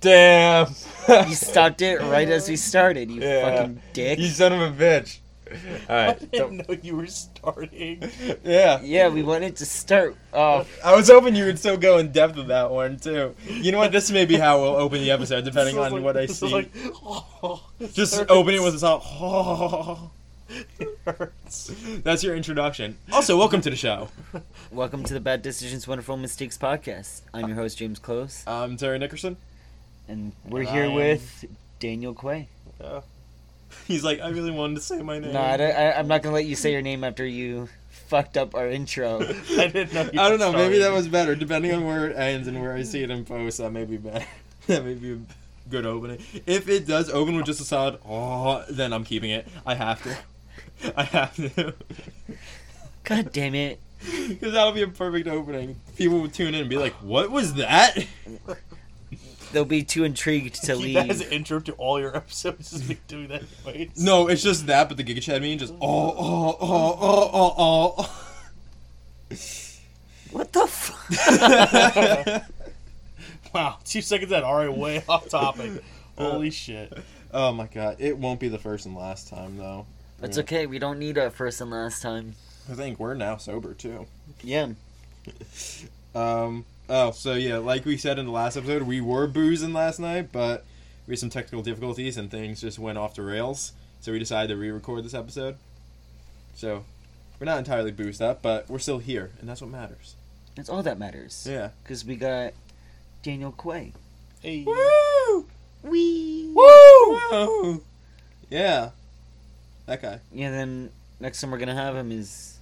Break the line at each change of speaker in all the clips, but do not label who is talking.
Damn.
You stopped it right as we started, you
Yeah.
fucking dick.
you son of a bitch. All
I
right.
didn't know you were starting.
so- yeah.
Yeah, we wanted to start off.
I was hoping you would still go in depth with that one too. You know what? This may be how we'll open the episode,
This
depending
is
on
like-
what I
this
see.
is like, oh, this
Just
hurts.
open it with a song. Oh,
It hurts.
that's your introduction. Also, welcome to the show.
Welcome to the Bad Decisions, Wonderful Mistakes podcast. I'm your host, James Close,
I'm Terry Nickerson.
and we're
And
here
I am-
with Daniel Quay.
Yeah.
He's like, I really wanted to say my name.
No, I don't, I, I'm not going to let you say your name after you fucked up our intro.
I didn't know. You
I don't know. Maybe that
started.
was better, depending on where it ends and where I see it in post. That may be better. that may be a good opening. If it does open with just a solid oh, then I'm keeping it. I have to. I have to.
God damn it.
Because that'll be a perfect opening. People will tune in and be like, "What was that?"
They'll be too intrigued to
Keep that as an
leave.
intro to all your episodes. Just be doing that noise.
No, it's just that, but the Giga Chad meme just oh oh oh oh oh oh.
What the fuck?
Wow, two seconds that are way off topic. Holy shit.
oh my god! It won't be the first and last time though.
That's okay. We don't need a first and last time.
I think we're now sober too.
Yeah.
Um. Oh, so yeah, like we said in the last episode, we were boozing last night, but we had some technical difficulties and things just went off the rails. So we decided to re-record this episode. So we're not entirely boozed up, but we're still here, and that's what matters.
That's all that matters.
Yeah.
Because we got Daniel Quay.
Hey.
Woo!
Wee!
Woo! Yeah. That guy.
Yeah, then next time we're gonna have him is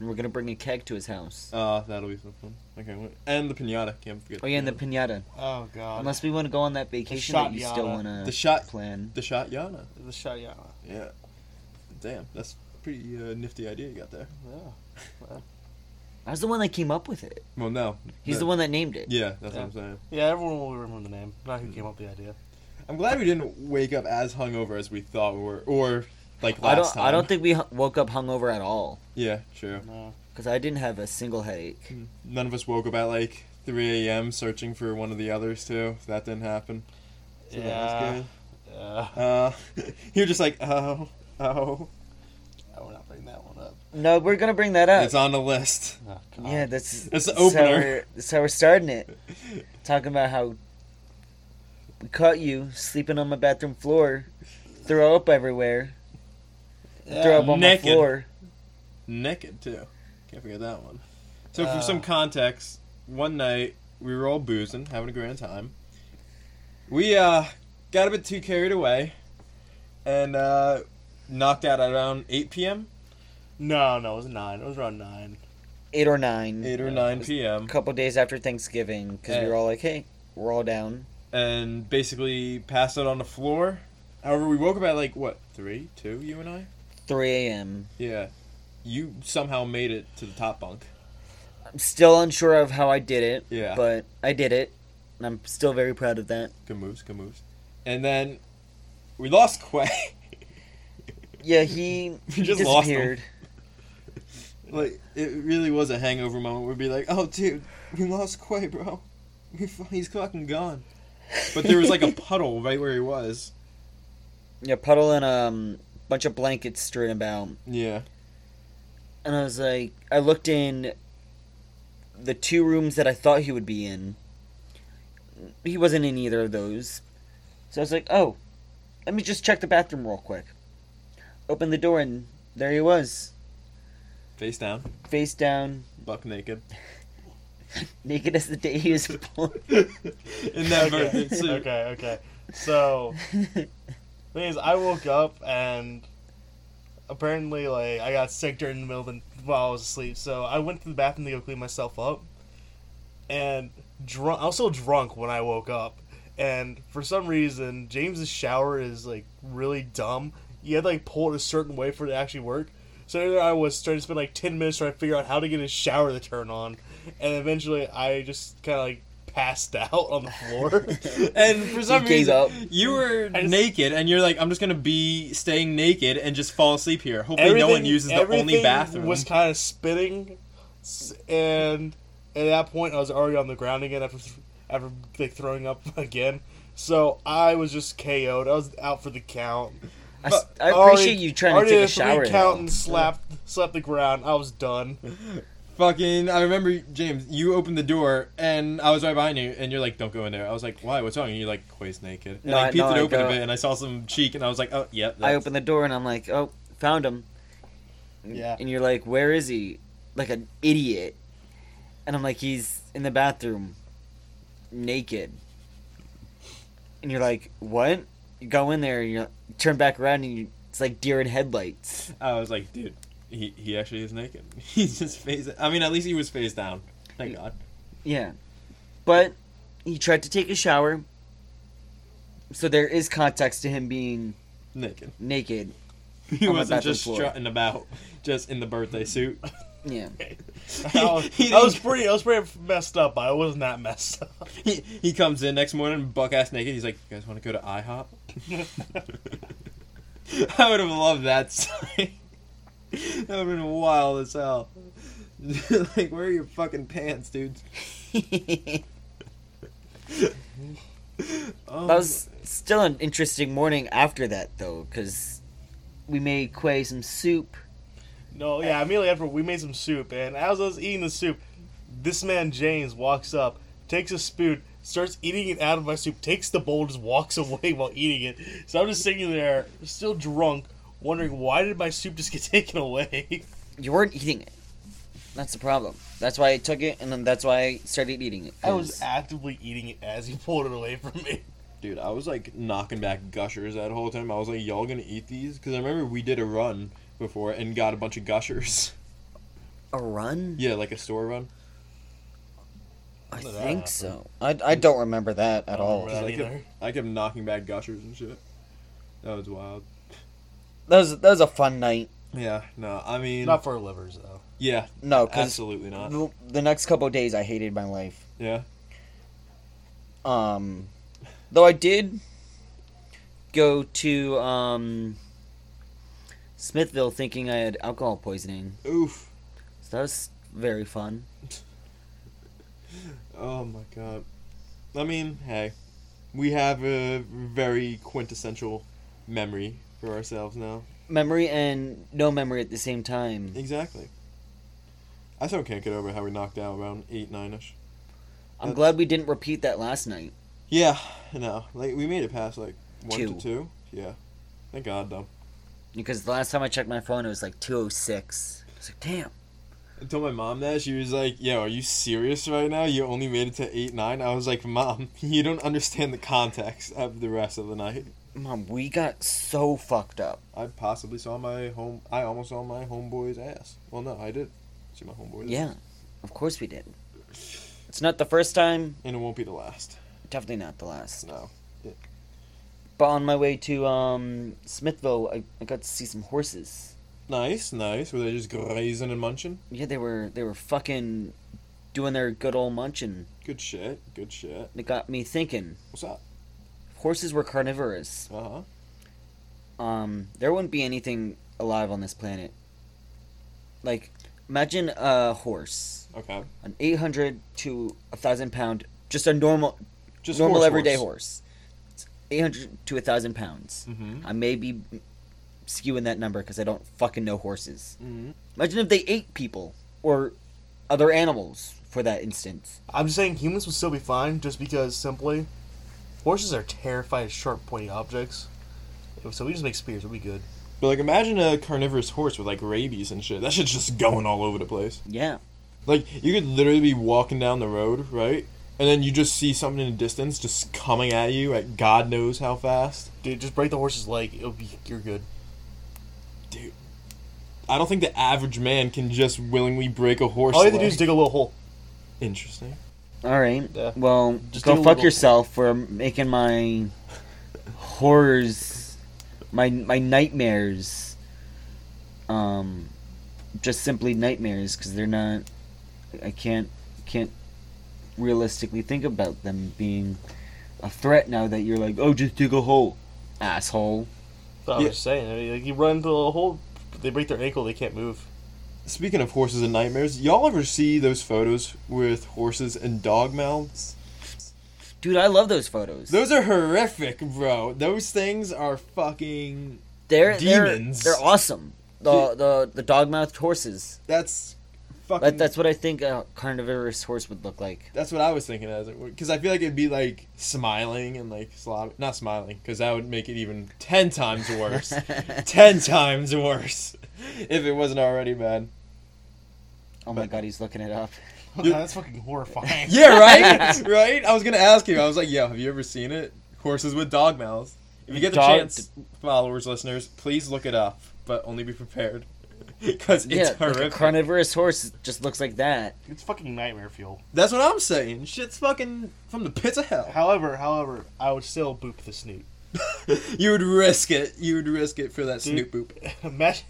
we're gonna bring a keg to his house.
Uh, that'll be something. Okay. What? And the pinata. Can't forget.
Oh yeah, and the
pinata.
pinata.
Oh god.
Unless we want to go on that vacation that you still
shot-yana.
wanna
The shot-
plan.
the shot Yana.
the shot, yeah.
Yeah. Damn, that's pretty uh, nifty idea you got there.
yeah.
I was the one that came up with it.
Well, no.
He's the one that named it.
Yeah, that's
Yeah.
what I'm saying.
Yeah, everyone will remember the name. Not who came up with the idea.
I'm glad we didn't wake up as hungover as we thought we were, or like last
I don't.
time.
I don't think we hu- woke up hungover at all
Yeah, true.
No.
because I didn't have a single headache.
None of us woke up at like 3 a.m. searching for one of the others too. That didn't happen. So that
yeah.
was
Yeah.
good. Uh, you're just like, oh, oh.
I will not bring that one up.
No, we're gonna bring that up.
It's on the list.
Oh, God.
yeah, that's
That's the
How
opener.
we're, that's how we're starting it. Talking about how we caught you sleeping on my bathroom floor, throw up everywhere,
Yeah.
throw up on
naked.
my floor.
Naked too. Can't forget that one. So
Uh.
for some context, one night we were all boozing, having a grand time. We uh got a bit too carried away, and uh knocked out at around 8 p.m.
No, no, it was nine. It was around nine.
Eight or nine.
8 or
Yeah.
9 p.m.
a couple days after Thanksgiving because we
Yeah.
were all like, "Hey, we're all down."
and basically passed out on the floor. However, we woke up at like what three, two, you and I.
3 a.m.
Yeah, you somehow made it to the top bunk.
I'm still unsure of how I did it,
Yeah.
but I did it, and I'm still very proud of that.
Good moves, good moves. And then we lost Quay.
Yeah, he,
We
he
just lost him.
disappeared.
like it really was a hangover moment. We'd be like, "Oh, dude, we lost Quay, bro. We fu- He's fucking gone." But there was like a puddle right where he was.
Yeah, puddle and um bunch of blankets strewn about,
Yeah.
and I was like, I looked in the two rooms that I thought he would be in. He wasn't in either of those, so I was like, "Oh, let me just check the bathroom real quick." Open the door, and there he was,
Face down,
face down,
buck naked.
naked as the day he was born.
In that
okay.
birthing suit.
okay, okay. So, thing is, I woke up and apparently, like, I got sick during the middle of the, while I was asleep. So I went to the bathroom to go clean myself up, and drunk. I was still drunk when I woke up, and for some reason, James's shower is like really dumb. You had to like pull it a certain way for it to actually work. So there I was trying to spend like ten minutes trying to figure out how to get his shower to turn on, and eventually I just kind of like passed out on the floor.
And for some
gave
reason,
up.
you were
I just-
naked, and you're like, "I'm just gonna be staying naked and just fall asleep here. Hopefully,
everything,
no one uses the only
everything
bathroom."
was kind of spitting, s- and at that point I was already on the ground again after th- after like throwing up again. So I was just KO'd. I was out for the count.
I, s- I
Already-
appreciate you trying to
already
take a
did
shower.
Three count
though.
and slapped slapped the ground. I was done.
Fucking, I remember James. You opened the door, and I was right behind you, and you're like, "Don't go in there." I was like, "Why? What's wrong?" And you're like, "Quay's naked." And
No,
I
I-
peeped
no,
it
I
open a
go-
bit, and I saw some cheek, and I was like, "Oh, yep."
I
that's-
open the door and I'm like, oh, found him.
Yeah.
And you're like, where is he? Like an idiot. And I'm like, he's in the bathroom, naked. And you're like, what? You go in there and you turn back around and you, it's like deer in headlights.
I was like, "Dude, he he actually is naked. He's just face. I mean, at least he was face down. Thank God."
Yeah. But he tried to take a shower. So there is context to him being
Naked.
naked.
He
On my
wasn't
bathroom
just
floor.
strutting about, just in the birthday suit.
Yeah.
I was,
He- he
I was
didn't-
pretty. I was pretty messed up. But I wasn't that messed up.
He, he comes in next morning, buck ass naked. He's like, "You guys want to go to IHOP?" I would have loved that sight. that would have been wild as hell. like, where are your fucking pants, dude?
that
Oh,
was still an interesting morning after that, though, because we made Quay some soup.
No, yeah, immediately after we made some soup, and as I was eating the soup, this man James walks up, takes a spoon, starts eating it out of my soup, takes the bowl, just walks away while eating it. So I'm just sitting there, still drunk, wondering why did my soup just get taken away?
You weren't eating it. That's the problem. That's why I took it, and then that's why I started eating it.
I was
'cause-
actively eating it as he pulled it away from me.
dude, I was like knocking back gushers that whole time. I was like, "Y'all gonna eat these?" Because I remember we did a run before and got a bunch of gushers.
a run.
yeah, like a store run.
I
That
think
happened.
so. I, I don't remember that at
don't
all.
remember that.
I
either.
kept, I kept knocking back gushers and shit. That was wild.
That was that was a fun night.
Yeah, no, I mean,
Not for our livers, though.
yeah,
No, because
absolutely not.
the, the next couple of days I hated my life.
Yeah.
Um, though I did go to um, Smithville thinking I had alcohol poisoning,
Oof.
so that was very fun.
Oh my god. I mean, hey, we have a very quintessential memory for ourselves now.
Memory and no memory at the same time.
Exactly. I still can't get over how we knocked out around eight, nine ish.
I'm glad we didn't repeat that last night.
Yeah, no, like we made it past like one
Two.
to two. Yeah. Thank God, though.
Because the last time I checked my phone, it was like 206. I was like, damn.
I told my mom that she was like, "Yo, are you serious right now? You only made it to eight, nine. I was like, "Mom, you don't understand the context of the rest of the night."
Mom, we got so fucked up.
I possibly saw my home. I almost saw my homeboy's ass. Well, no, I did see my homeboy's.
Yeah, of course we did. It's not the first time,
and it won't be the last.
definitely not the last.
No.
But on my way to um, Smithville, I, I got to see some horses.
Nice, nice. Were they just grazing and munching?
Yeah, they were they were fucking doing their good old munching.
Good shit. Good shit.
It got me thinking.
What's up?
If horses were carnivorous,
Uh huh.
um, there wouldn't be anything alive on this planet. Like, imagine a horse,
Okay.
an eight hundred to a thousand pound, just a normal,
Just
normal
horse,
everyday
horse.
horse. Eight hundred to a thousand pounds.
Mhm.
I may be skewing that number because I don't fucking know horses.
Mhm.
Imagine if they ate people or other animals, for that instance.
I'm just saying humans would still be fine just because simply horses are terrified of sharp pointy objects. So we just make spears, we'll be good.
But like, imagine a carnivorous horse with like rabies and shit. That shit's just going all over the place.
Yeah.
Like, you could literally be walking down the road, right? And then you just see something in the distance just coming at you at God knows how fast.
Dude, just break the horse's leg. It'll be you're good.
Dude, I don't think the average man can just willingly break a horse.
All you have to do
leg.
is dig a little hole.
Interesting.
All right.
Yeah.
Well,
Just do
go
a
fuck
little-
yourself for making my horrors, my my nightmares, um, just simply nightmares because they're not. I can't can't realistically think about them being a threat now that you're like, oh, just dig a hole, asshole.
But I
Yeah.
was just saying, I mean, like, you run into a little hole, they break their ankle, they can't move.
Speaking of horses and nightmares, y'all ever see those photos with horses and dog mouths?
Dude, I love those photos.
Those are horrific, bro. Those things are fucking.
they're
demons.
They're, they're awesome. The
Dude.
the the dog mouthed horses.
That's fucking.
That, that's what I think a carnivorous horse would look like.
That's what I was thinking as it because I feel like it'd be like smiling and like slob, not smiling because that would make it even ten times worse, ten times worse, if it wasn't already bad.
Oh my
But-
god, he's looking it up.
Dude.
that's fucking horrifying.
Yeah, right, right. I was gonna ask you. I was like, yo, have you ever seen it? Horses with dog mouths. If you get the
Dog-
chance, followers, listeners, please look it up, but only be prepared because it's
yeah, like a
horrific.
carnivorous horse just looks like that.
It's fucking nightmare fuel.
That's what I'm saying. Shit's fucking from the pits of hell.
However, however, I would still boop the snoot.
you would risk it. You would risk it for that
Hmm?
Dude.
snoop boop.
Imagine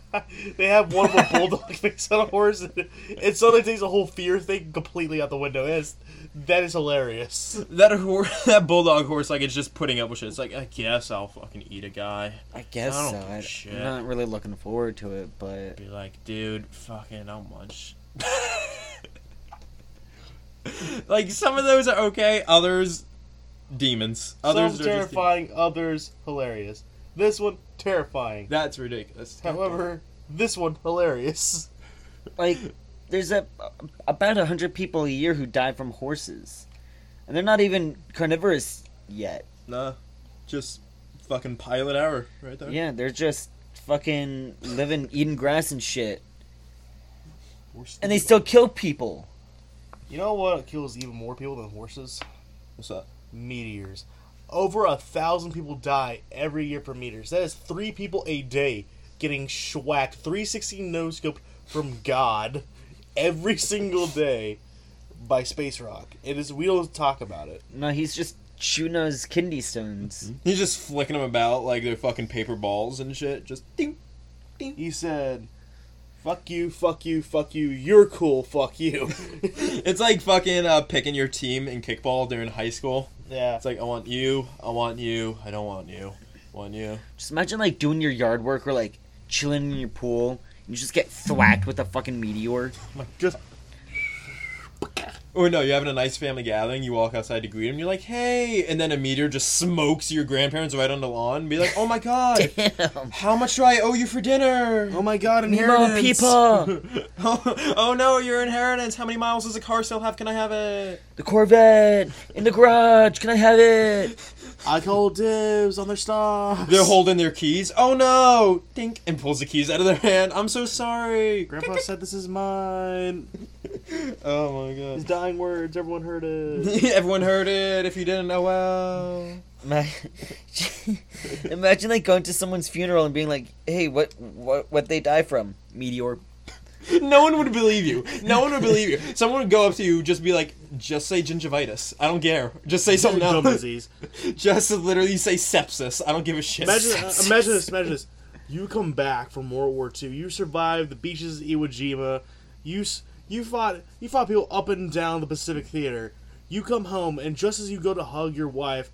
they have one with bulldog face on a horse, and it suddenly takes a whole fear thing completely out the window. That is, that is hilarious.
That hor that bulldog horse, like it's just putting up with shit. It's like I guess I'll fucking eat a guy.
I guess
I don't
so.
give a
I,
shit.
I'm not really looking forward to it, but
Be like, dude, fucking, I'll munch. like some of those are okay, others demons. Others
Some
are just demons.
terrifying, others hilarious. This one terrifying.
That's ridiculous.
However, this one hilarious.
like, there's a about hundred people a year who die from horses, and they're not even carnivorous yet.
nah, just fucking pilot hour right there.
Yeah, they're just fucking living, eating grass and shit, and they still kill people.
You know what kills even more people than horses?
What's up?
Meteors. Over a thousand people die every year from meteors. That is three people a day getting schwacked. 360 no scope from God every single day by space rock. It is we don't talk about it.
No, he's just shooting those kidney stones.
He's just flicking them about like they're fucking paper balls and shit. Just ding.
He said, "Fuck you, fuck you, fuck you. You're cool. Fuck you."
It's like fucking uh, picking your team in kickball during high school.
yeah.
It's like I want you, I want you, I don't want you, I want you.
Just imagine like doing your yard work or like chilling in your pool, and you just get thwacked with a fucking meteor.
Just
Or no, you're having a nice family gathering. You walk outside to greet them. You're like, "Hey!" And then a meteor just smokes your grandparents right on the lawn. And be like, "Oh my god,
Damn.
how much do I owe you for dinner?
Oh my god,
More
inheritance.
people.
Oh, oh no, your inheritance. How many miles does the car still have? Can I have it?
The Corvette in the garage. Can I have it?
I call dibs on their stocks.
They're holding their keys. Oh no! Think and pulls the keys out of their hand. I'm so sorry.
Grandpa said this is mine.
Oh my
His
god.
dying words, everyone heard it.
Everyone heard it. If you didn't, oh well.
Ma- Imagine like going to someone's funeral and being like, "Hey, what, what, what they die from? Meteor."
No one would believe you. No one would believe you. Someone would go up to you, just be like, just say gingivitis. I don't care. Just say something
Dumb
else.
disease.
Just literally say sepsis. I don't give a shit.
Imagine, uh, imagine this, imagine this. You come back from World War II. You survived the beaches of Iwo Jima. You s- you fought you fought people up and down the Pacific Theater. You come home, and just as you go to hug your wife,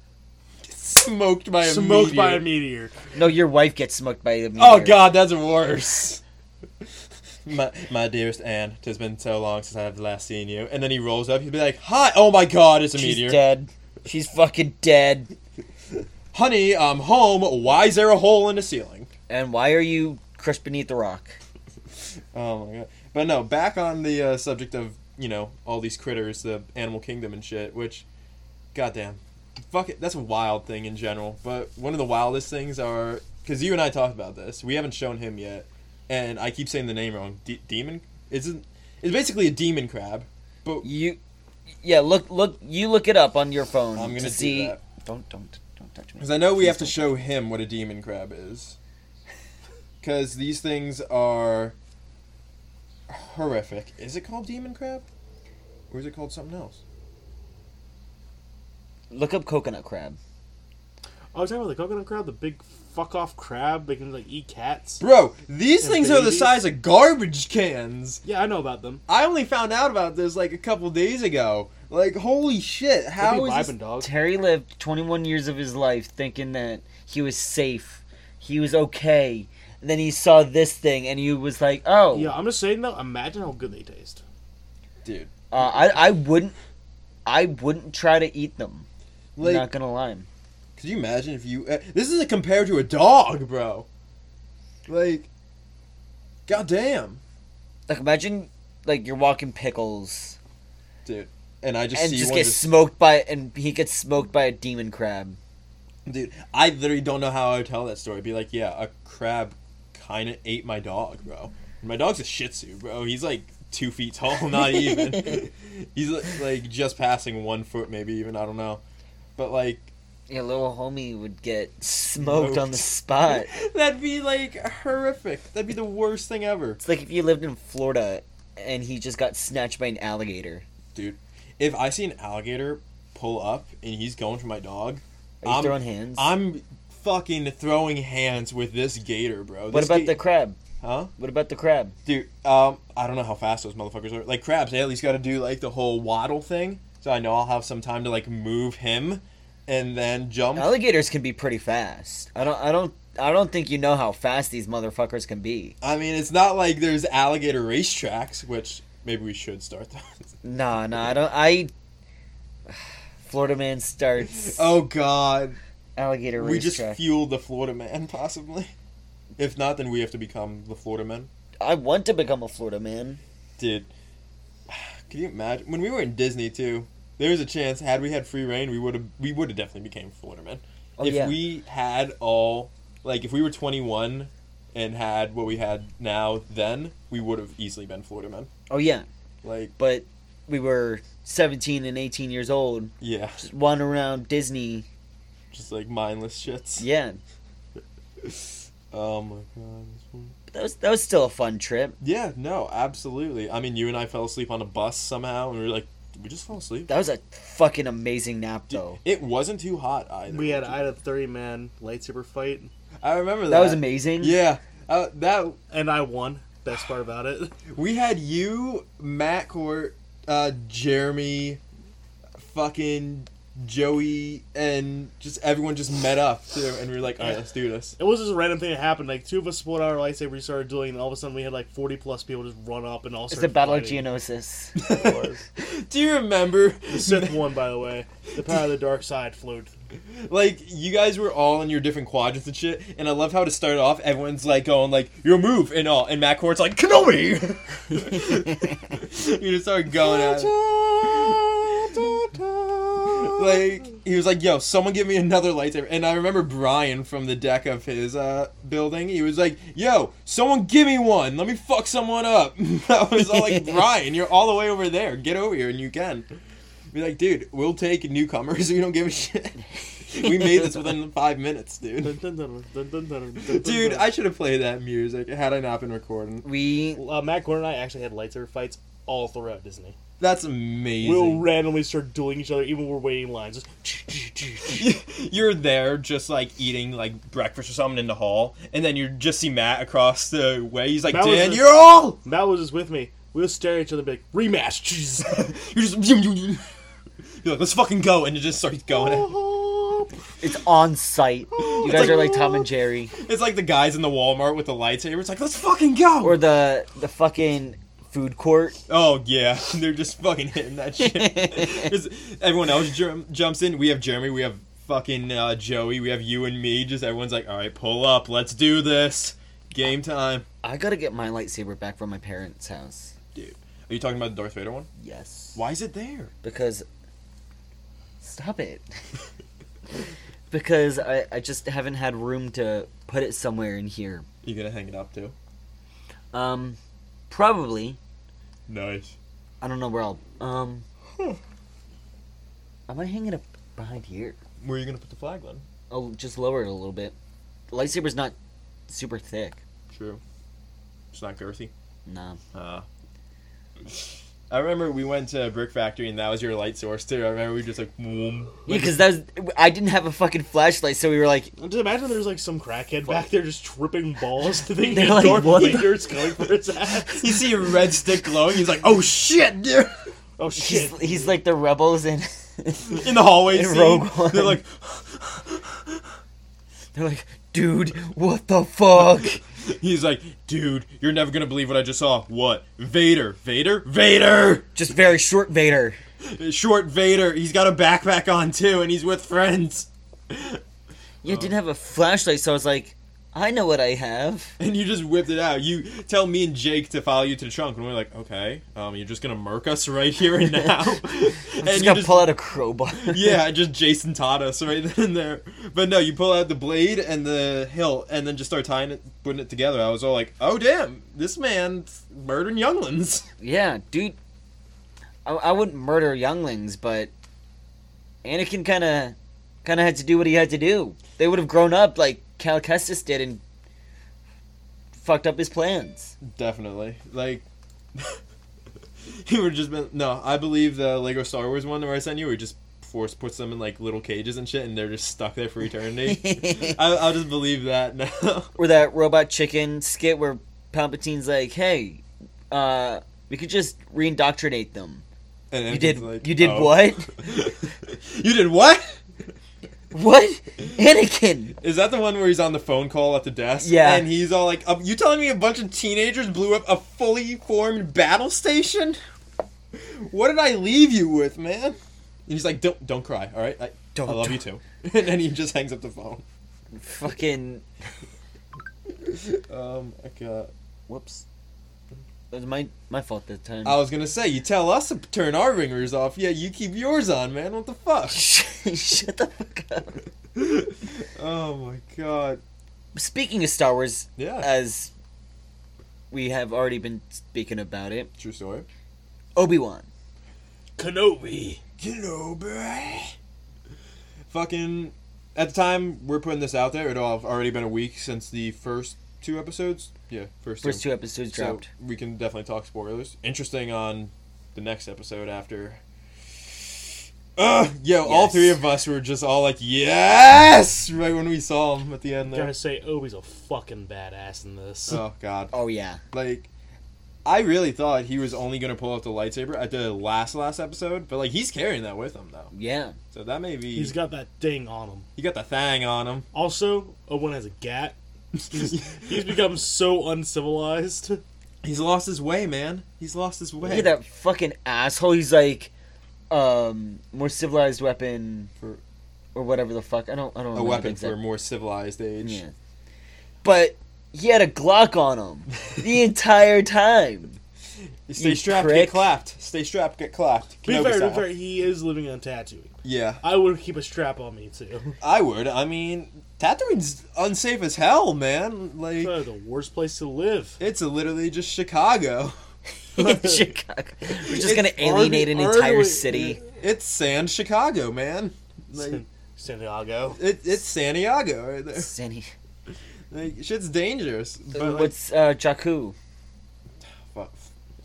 smoked by a
smoked
meteor.
by a meteor.
No, your wife gets smoked by the meteor.
Oh god, that's worse. my, my dearest Anne, tis been so long since I've last seen you. And then he rolls up. He'd be like, "Hi, oh my god, it's a
she's
meteor,
dead. She's fucking dead.
honey. I'm home. Why is there a hole in the ceiling?"
And why are you crushed beneath the rock?
Oh my god! But no, back on the uh, subject of you know all these critters, the animal kingdom and shit. Which, goddamn, fuck it. That's a wild thing in general. But one of the wildest things are because you and I talked about this. We haven't shown him yet, and I keep saying the name wrong. De- demon isn't. It's basically a demon crab, but
You, yeah. Look, look. You look it up on your phone.
I'm gonna
to
do
see.
that.
Don't, don't, don't touch me.
Because I know we
Please
have to
don't.
show him what a demon crab is. Because these things are horrific. Is it called demon crab? Or is it called something else?
Look up coconut crab.
Oh, you talking about the coconut crab, the big fuck off crab that can like eat cats.
Bro, these
And
things are the
babies?
size of garbage cans.
Yeah, I know about them.
I only found out about this like a couple days ago. Like, holy shit!
How
How
be
is
vibing,
this-
dog.
Terry lived 21 years of his life thinking that he was safe, he was okay. And then he saw this thing, and he was like, "Oh,
Yeah, I'm just saying though. Imagine how good they taste.
dude?
uh, I, I wouldn't, I wouldn't try to eat them.
Like,
Not gonna lie.
could you imagine if you? Uh, this isn't compared to a dog, bro. Like, goddamn,
Like imagine like you're walking pickles
dude. And I just
and
see
just
one
get
just-
smoked by and he gets smoked by a demon crab.
dude. I literally don't know how I would tell that story. Be like, yeah, a crab kind of ate my dog, bro. My dog's a Shih Tzu, bro. He's like two feet tall, not even. He's like- like just passing one foot, maybe even. I don't know, but like.
Yeah, little homie would get smoked on the
Smoked.
spot.
That'd be like horrific. That'd be the worst thing ever.
It's like if you lived in Florida and he just got snatched by an alligator.
If I see an alligator pull up and he's going for my dog,
Are you
I'm-
throwing hands?
I'm fucking throwing hands with this gator, bro.
what
This
about the
ga-
crab?
huh?
What about the crab?
Dude, um, I don't know how fast those motherfuckers are. Like crabs, they at least got to do like the whole waddle thing, so I know I'll have some time to like move him, and then jump.
Alligators can be pretty fast. I don't I don't I don't think you know how fast these motherfuckers can be.
I mean, it's not like there's alligator racetracks, which maybe we should start those.
Nah, nah, I don't I Florida man starts
oh God.
alligator
We just
racetrack.
fueled the Florida man, possibly. If not, then we have to become the Florida men.
I want to become a Florida man.
Dude, can you imagine when we were in Disney too? There was a chance had we had free reign, we would have we would have definitely became Florida men.
Oh,
if
yeah.
we had all like if we were twenty one and had what we had now, then we would have easily been Florida men.
Oh yeah,
Like
but we were 17 and 18 years old,
yeah,
just wandering around Disney.
just like mindless shits.
Yeah,
Oh my god. this one-
that was that was still a fun trip.
Yeah, no, absolutely. I mean, you and I fell asleep on a bus somehow, and we were like, did we just fall asleep?
That was a fucking amazing nap
Dude,
though.
It wasn't too hot either.
We had I had a three man lightsaber fight,
I remember that.
That was amazing.
Yeah, uh, that
and I won. Best part about it.
we had you, Matt Court, uh, Jeremy, fucking Joey, and just everyone just met up too, and we were like, all right, let's do this.
It was just a random thing that happened. Like two of us pulled out our lightsabers, we started dueling, and all of a sudden we had like forty plus people just run up and all.
It's
started
the Battle of
fighting.
Geonosis.
do you remember?
The Sith one, by the way. The power of the dark side flowed.
Like you guys were all in your different quadrants and shit, and I love how to start off, everyone's like going like your move and all, and Matt Court's like Kenobi. you just start going at. It. like he was like, "Yo, someone give me another lightsaber." And I remember Brian from the deck of his uh, building. He was like, "Yo, someone give me one. Let me fuck someone up." I was all like, "Brian, you're all the way over there. Get over here, and you can." Be like, dude, we'll take newcomers. We don't give a shit. we made this within five minutes, dude. Dude,
Dude,
I should have played that music had I not been recording.
we
uh, Matt Gordon and I actually had lightsaber fights all throughout Disney.
That's
We'll
amazing.
randomly start dueling each other, even when we're waiting in lines. Just
you're there just like eating like breakfast or something in the hall, and then you just see Matt across the way. He's like,
That was
Dan,
a-
you're all.
Matt was just with me. We'll stare at each other, and be like rematch. Jesus.
You're just. You're like, let's fucking go, and it just starts going. at-
it's on site. You guys
like-
are like Tom and Jerry,
It's like the guys in the Walmart with the lightsaber. It's like, let's fucking go.
or the the fucking food court.
oh yeah, they're just fucking hitting that shit. Just- everyone else jer- jumps in. We have Jeremy. We have fucking uh, Joey. We have you and me. Just everyone's like, all right, pull up. Let's do this. Game time.
I gotta get my lightsaber back from my parents' house.
Are you talking about the Darth Vader one?
Yes.
Why is it there?
because stop it because I, I just haven't had room to put it somewhere in here
You gonna hang it up too?
um probably
Nice.
i don't know where i'll um i might hang it up behind here
Where are you gonna put the flag then?
i'll just lower it a little bit the lightsaber's not super thick
True. It's not girthy.
nah
Uh, I remember we went to Brick Factory and that was your light source too. I remember we just like, mm.
yeah because that was i didn't have a fucking flashlight so we were like
Just imagine there's like some crackhead back there just tripping balls to think
They're
the
like,
Darth
what the-
Vader's coming for his ass.
you see a red stick glowing. He's like, oh shit, dude!
Oh
he's,
shit!
he's like the rebels and
In the hallway,
In
scene,
Rogue One.
they're like,
they're like dude what the fuck
he's like, dude, you're never gonna believe what I just saw. What? Vader, Vader, Vader!
just very short vader
Short Vader. He's got a backpack on too, and he's with friends.
Yeah, I didn't have a flashlight, so I was like, I know what I have.
And you just whipped it out. You tell me and Jake to follow you to the trunk, and we're like, okay, um, you're just gonna murk us right here and now.
I'm
and
just
you
gonna pull out a crowbar.
yeah, just Jason taught us right then and there. But no, you pull out the blade and the hilt, and then just start tying it, putting it together. I was all like, "Oh damn, this man's murdering younglings."
Yeah, dude. I, I wouldn't murder younglings, but Anakin kind of kind of had to do what he had to do. They would have grown up like Cal Kestis did and fucked up his plans.
Definitely, like. He would just been no. I believe the Lego Star Wars one where I sent you, where just force puts them in like little cages and shit, and they're just stuck there for eternity. I, I'll just believe that now.
Or that robot chicken skit where Palpatine's like, "Hey, uh, we could just reindoctrinate them."
And
You
Anakin's
did-
like,
you did
"Oh."
what?
you did what?
What, Anakin?
Is that the one where he's on the phone call at the desk?
Yeah.
And he's all like, "Uh, "You telling me a bunch of teenagers blew up a fully formed battle station? What did I leave you with, man?" And he's like, "Don't, don't cry, all right? I,
Don't-
I love you too." and then he just hangs up the phone.
Fucking
Um, I got-
whoops. It was my my fault that time.
I was gonna say, you tell us to turn our ringers off. Yeah, you keep yours on, man. What the fuck?
Shut the fuck up.
oh my god.
Speaking of Star Wars,
Yeah.
as we have already been speaking about it,
True story.
Obi Wan.
Kenobi.
Kenobi. Fucking. At the time we're putting this out there, it'll have already been a week since the first two episodes. Yeah, first,
First two episodes
So
dropped.
we can definitely talk spoilers. Interesting on the next episode after. Ugh, yo, all
Yes.
three of us were just all like, yes! Right when we saw him at the end
I'm gonna
there.
say Obi's a fucking badass in this.
Oh, God.
Oh yeah,
Like, I really thought he was only going to pull out the lightsaber at the last, last episode, but, like, he's carrying that with him, though.
yeah.
So that may be.
He's got that ding on him.
He got the thang on him.
Also, Owen has a gat. He's
he's,
become so uncivilized.
lost his way, man. He's lost his way.
Look at that fucking asshole. He's like, um, more civilized weapon
For-
or whatever the fuck. I don't. I don't.
A
remember the
weapon
exact-
for a more civilized age.
Yeah. But he had a Glock on him the entire time.
Stay
You
strapped,
prick.
get clapped. Stay strapped, get clapped.
Be
Kenobi
fair,
style.
be fair, he is living on Tatooine.
Yeah,
I would keep a strap on me too.
I would. I mean, Tatooine's unsafe as hell, man. Like,
Probably the worst place to live.
it's literally just Chicago.
in Chicago. We're just
It's
gonna alienate an
already-
entire
already-
city.
It's San Chicago, man. Like,
San, San Diego.
it, it's Santiago right there.
Sandy.
Like, shit's dangerous. But like,
What's uh, Jakku?
fuck,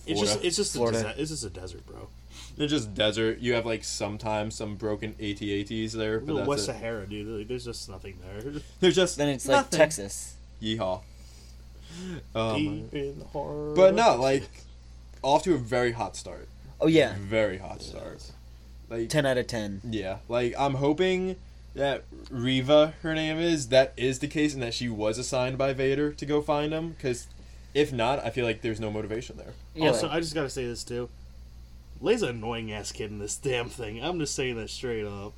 It's
Florida.
just, it's just, a,
Florida.
desa- it's just a desert, bro.
They're just desert. You have like sometimes some broken ATATs there, but
Little
that's
West
it.
Sahara, dude. Like, there's just nothing there.
They're just
Then it's like
nothing.
Texas.
Yeehaw. Um,
Deep in the heart.
but no, like off to a very hot start.
Oh yeah,
Very hot start. Like
ten out of ten.
yeah, like I'm hoping that Riva, her name is, that is the case, and that she was assigned by Vader to go find him. Because if not, I feel like there's no motivation there.
Yeah,
also,
like-
I just gotta say this too. Lay's an annoying ass kid in this damn thing. I'm just saying that straight up.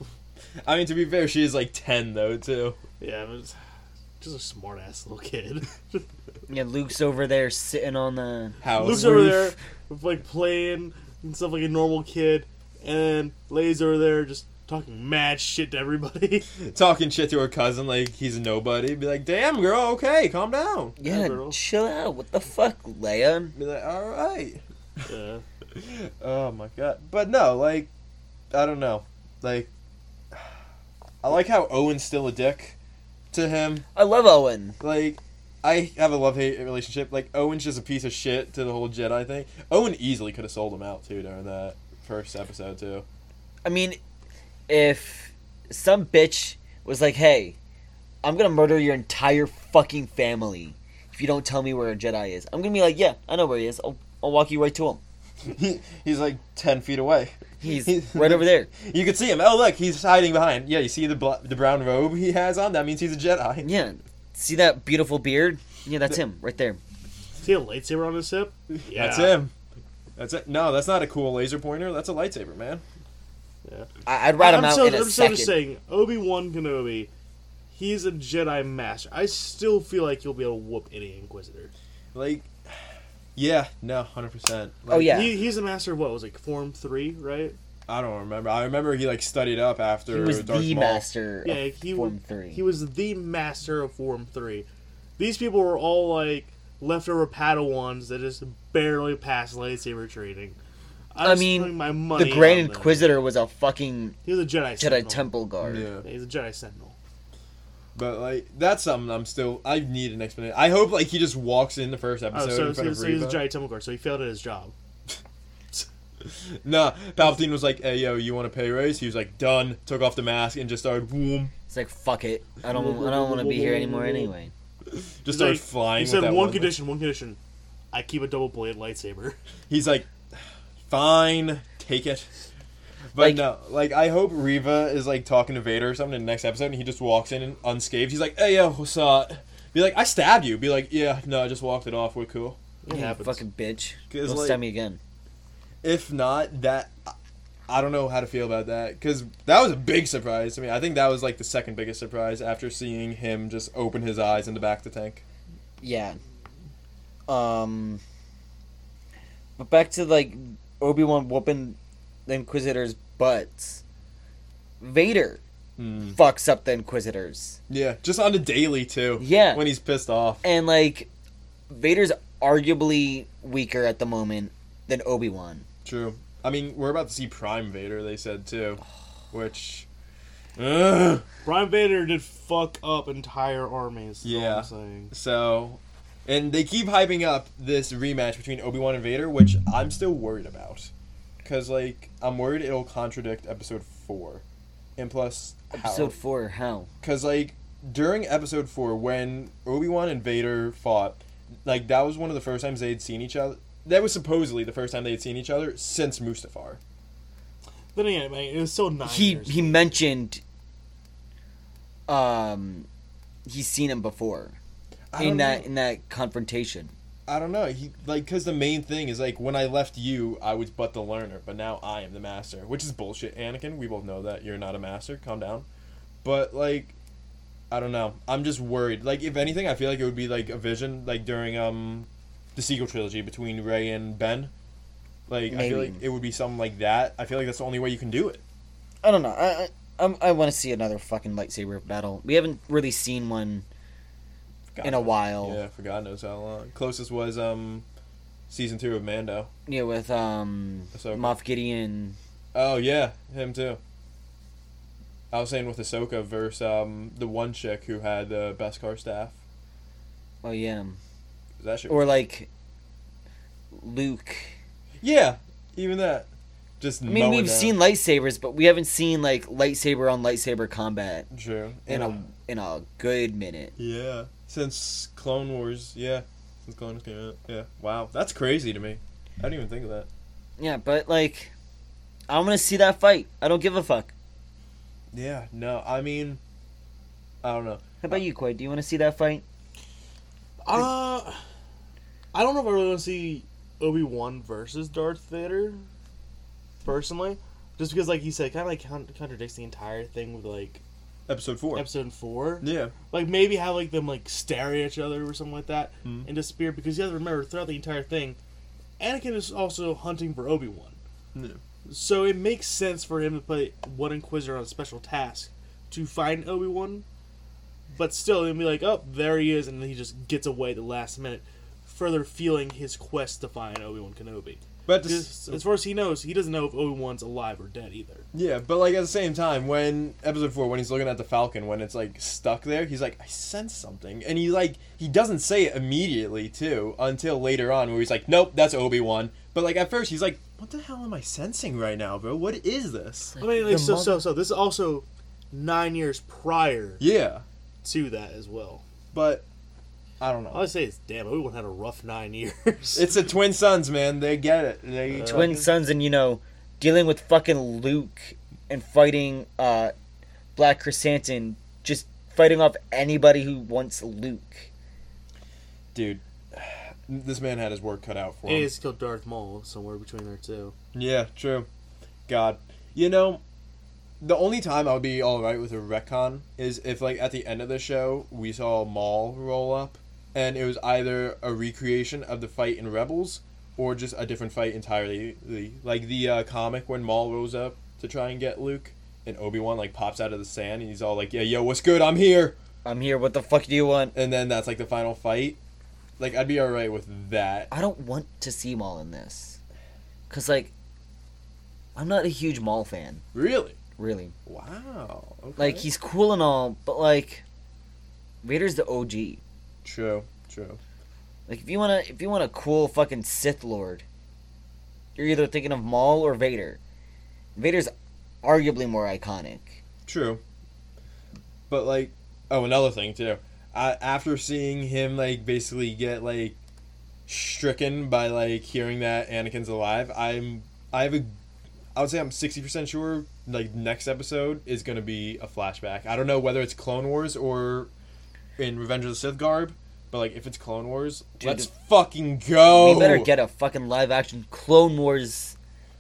I mean, to be fair, she is like ten though too.
Yeah, but it's- just a smart ass little kid.
Yeah, Luke's over there sitting on the.
How
Luke's over there, like playing and stuff like a normal kid, and Lay's over there just talking mad shit to everybody.
talking shit to her cousin like he's a nobody. Be like, damn girl, okay, calm down.
Yeah,
girl.
chill out. What the fuck, Leia?
Be like, all right.
yeah.
Oh my god. But no, like, I don't know. Like, I like how Owen's still a dick to him.
I love Owen.
Like, I have a love hate relationship. Like, Owen's just a piece of shit to the whole Jedi thing. Owen easily could have sold him out too during that first episode too.
I mean, if some bitch was like, "Hey, I'm gonna murder your entire fucking family if you don't tell me where a Jedi is," I'm gonna be like, "Yeah, I know where he is. I'll, I'll walk you right to him.
he's like ten feet away.
He's right over there."
You can see him. Oh look, he's hiding behind. Yeah, you see the bla the brown robe he has on. That means he's a Jedi.
Yeah, see that beautiful beard? Yeah, that's him right there.
See a lightsaber on his hip? Yeah.
That's him. That's it. No, that's not a cool laser pointer. That's a lightsaber, man.
Yeah.
I, I'd rat him
I'm
out
so,
in a
I'm so
second.
just saying, Obi Wan Kenobi, he's a Jedi master. I still feel like he'll be able to whoop any Inquisitor.
Like, yeah, no, hundred percent.
Oh, yeah.
He, he's a master of what was it, like Form Three, right?
I don't remember. I remember he like studied up after
he was
Darth
the
Maul.
master
Yeah,
of
he
Form
was-
Three.
He was the master of Form Three. These people were all like leftover Padawans that just barely passed lightsaber training. I'm
I
just
mean,
putting my money
the Grand
on them.
Inquisitor was a fucking
He was a Jedi.
Jedi
Sentinel.
Temple guard.
Yeah,
Yeah, he's a Jedi Sentinel.
but like that's something I'm still. I need an explanation. I hope like he just walks in the first
Oh,
episode
so,
in front
so,
of
so he's a
Reba.
Jedi Temple guard. So he failed at his job.
Nah, Palpatine was like, "Hey, yo, you want a pay raise?" He was like, "Done." Took off the mask and just started, whoom,
It's like fuck it. I don't. I don't want to be here anymore anyway.
just
He's
started
like-
flying.
He
with
said
that
one, condition. One condition. I keep a double blade lightsaber.
He's like, "Fine, take it." But
Like-
no, like I hope Reva is like talking to Vader or something in the next episode, and he just walks in and unscathed. He's like, "Hey, yo, what's up?" Be like, "I stabbed you." Be like, "Yeah, no, I just walked it off. We're cool."
It
Yeah,
happens.
fucking bitch.
'Cause,
Don't
like-
stab me again.
If not, that I don't know how to feel about that because that was a big surprise to me. I think that was like the second biggest surprise after seeing him just open his eyes in the back of the tank.
Yeah. Um. But back to like Obi Wan whooping the Inquisitors' butts. Vader
Mm.
fucks up the Inquisitors,
Yeah, just on the daily too.
Yeah.
when he's pissed off.
and like Vader's arguably weaker at the moment than Obi Wan.
True. I mean, we're about to see Prime Vader. They said too, which. Ugh.
Brian Vader did fuck up entire armies. is all
Yeah.
I'm saying.
So, and they keep hyping up this rematch between Obi Wan and Vader, which I'm still worried about, because like I'm worried it'll contradict Episode Four, and plus
Episode four, how?
because like during Episode Four when Obi Wan and Vader fought, like that was one of the first times they'd seen each other. That was supposedly the first time they'd seen each other since Mustafar.
Then again, man, it was still nine.
He
years
he
ago.
mentioned. Um, he's seen him before
I
in
don't
that
know.
in that confrontation.
I don't know. He like because the main thing is like when I left you, I was but the learner, but now I am the master, which is bullshit, Anakin. We both know that you're not a master. Calm down. But like, I don't know. I'm just worried. Like, if anything, I feel like it would be like a vision, like during um, the sequel trilogy between Ray and Ben. Like, I feel
Maybe.
like it would be something like that. I feel like that's the only way you can do it.
I don't know. I I, I'm, I want to see another fucking lightsaber battle. We haven't really seen one
God
in a
knows-
while.
Yeah, for God knows how long. Closest was um, season two of Mando.
Yeah, with um
Ahsoka.
Moff Gideon.
Oh yeah, him too. I was saying with Ahsoka versus um, the one chick who had the best car staff.
Oh yeah,
Is that shit?
or like Luke.
yeah, even that. Just
I mean, we've seen lightsabers, but we haven't seen like lightsaber on lightsaber combat
true
in a in a good minute.
yeah since Clone Wars. Yeah, since Clone Wars came out. Yeah, wow, that's crazy to me. I didn't even think of that.
Yeah, but like, I want to see that fight. I don't give a fuck.
Yeah, no, I mean, I don't know.
How about you, Quaid? Do you want to see that fight?
Uh, I don't know if I really want to see Obi Wan versus Darth Vader, personally, just because, like you said, kind of like con- contradicts the entire thing with like
Episode four.
episode four.
yeah,
Like maybe have like them like stare at each other or something like that
Mhm.
and disappear because you have to remember throughout the entire thing, Anakin is also hunting for Obi Wan.
Yeah.
So it makes sense for him to put one Inquisitor on a special task to find Obi Wan, but still they'd be like, oh, there he is, and then he just gets away at the last minute, further fueling his quest to find Obi Wan Kenobi.
but
Because
this,
as far as he knows, he doesn't know if Obi Wan's alive or dead either.
Yeah, but like at the same time, when episode four, when he's looking at the Falcon, when it's like stuck there, he's like, I sense something, and he like he doesn't say it immediately too until later on, where he's like, Nope, that's Obi Wan. But like at first, he's like, What the hell am I sensing right now, bro? What is this?
I mean, like,
The
so,
mother-
so, so this is also nine years prior
Yeah,
to that as well.
but I don't
I
know.
would say it's damn. Obi Wan had a rough nine years.
It's the twin sons, man. They get it. They
Uh,
twin sons and you know dealing with fucking luke and fighting uh black chrysanthemum just fighting off anybody who wants luke
dude. This man had his work cut out for him.
It is killed Darth Maul somewhere between there too.
Yeah, true. God, you know, the only time I would be all right with a retcon is if like at the end of the show we saw Maul roll up, and it was either a recreation of the fight in Rebels or just a different fight entirely. Like the uh, comic when Maul rolls up to try and get Luke, and Obi Wan like pops out of the sand and he's all like, "Yeah, yo, what's good? I'm here."
I'm here. What the fuck do you want?
And then that's like the final fight. Like I'd be all right with that.
I don't want to see Maul in this, cause like, I'm not a huge Maul fan,
Really?
really.
Wow. Okay.
Like he's cool and all, but like, Vader's the OG.
true. True.
Like if you wanna if you want a cool fucking Sith Lord, you're either thinking of Maul or Vader. Vader's arguably more iconic.
True. But like, oh, another thing too. I, after seeing him like basically get like stricken by like hearing that Anakin's alive, I'm I have a I would say I'm sixty percent sure like next episode is gonna be a flashback. I don't know whether it's Clone Wars or in Revenge of the Sith garb, but like if it's Clone Wars,
Dude,
let's
the-
fucking go.
Oh.
We better get a fucking live action Clone Wars.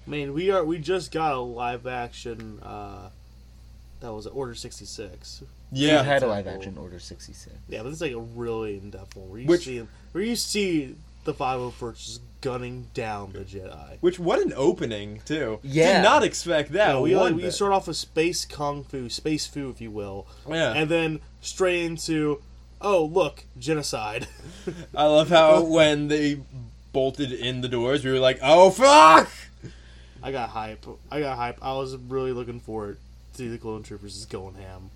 I mean, we are we just got a live action. uh That was Order sixty six.
we
yeah.
had a
it's
live
cool.
action Order sixty six.
Yeah, but it's like a really in depth one where you
Which-
see where you see the five hundred first just gunning down the Jedi.
Which what an opening too.
Yeah.
Did not expect that.
Yeah, we,
one
like, we
bit.
start off with space kung fu, space foo, if you will,
yeah.
and then straight into, oh look, genocide.
I love how when they bolted in the doors, we were like, "Oh fuck!"
I got hype. I got hype. I was really looking forward to the Clone Troopers just going ham.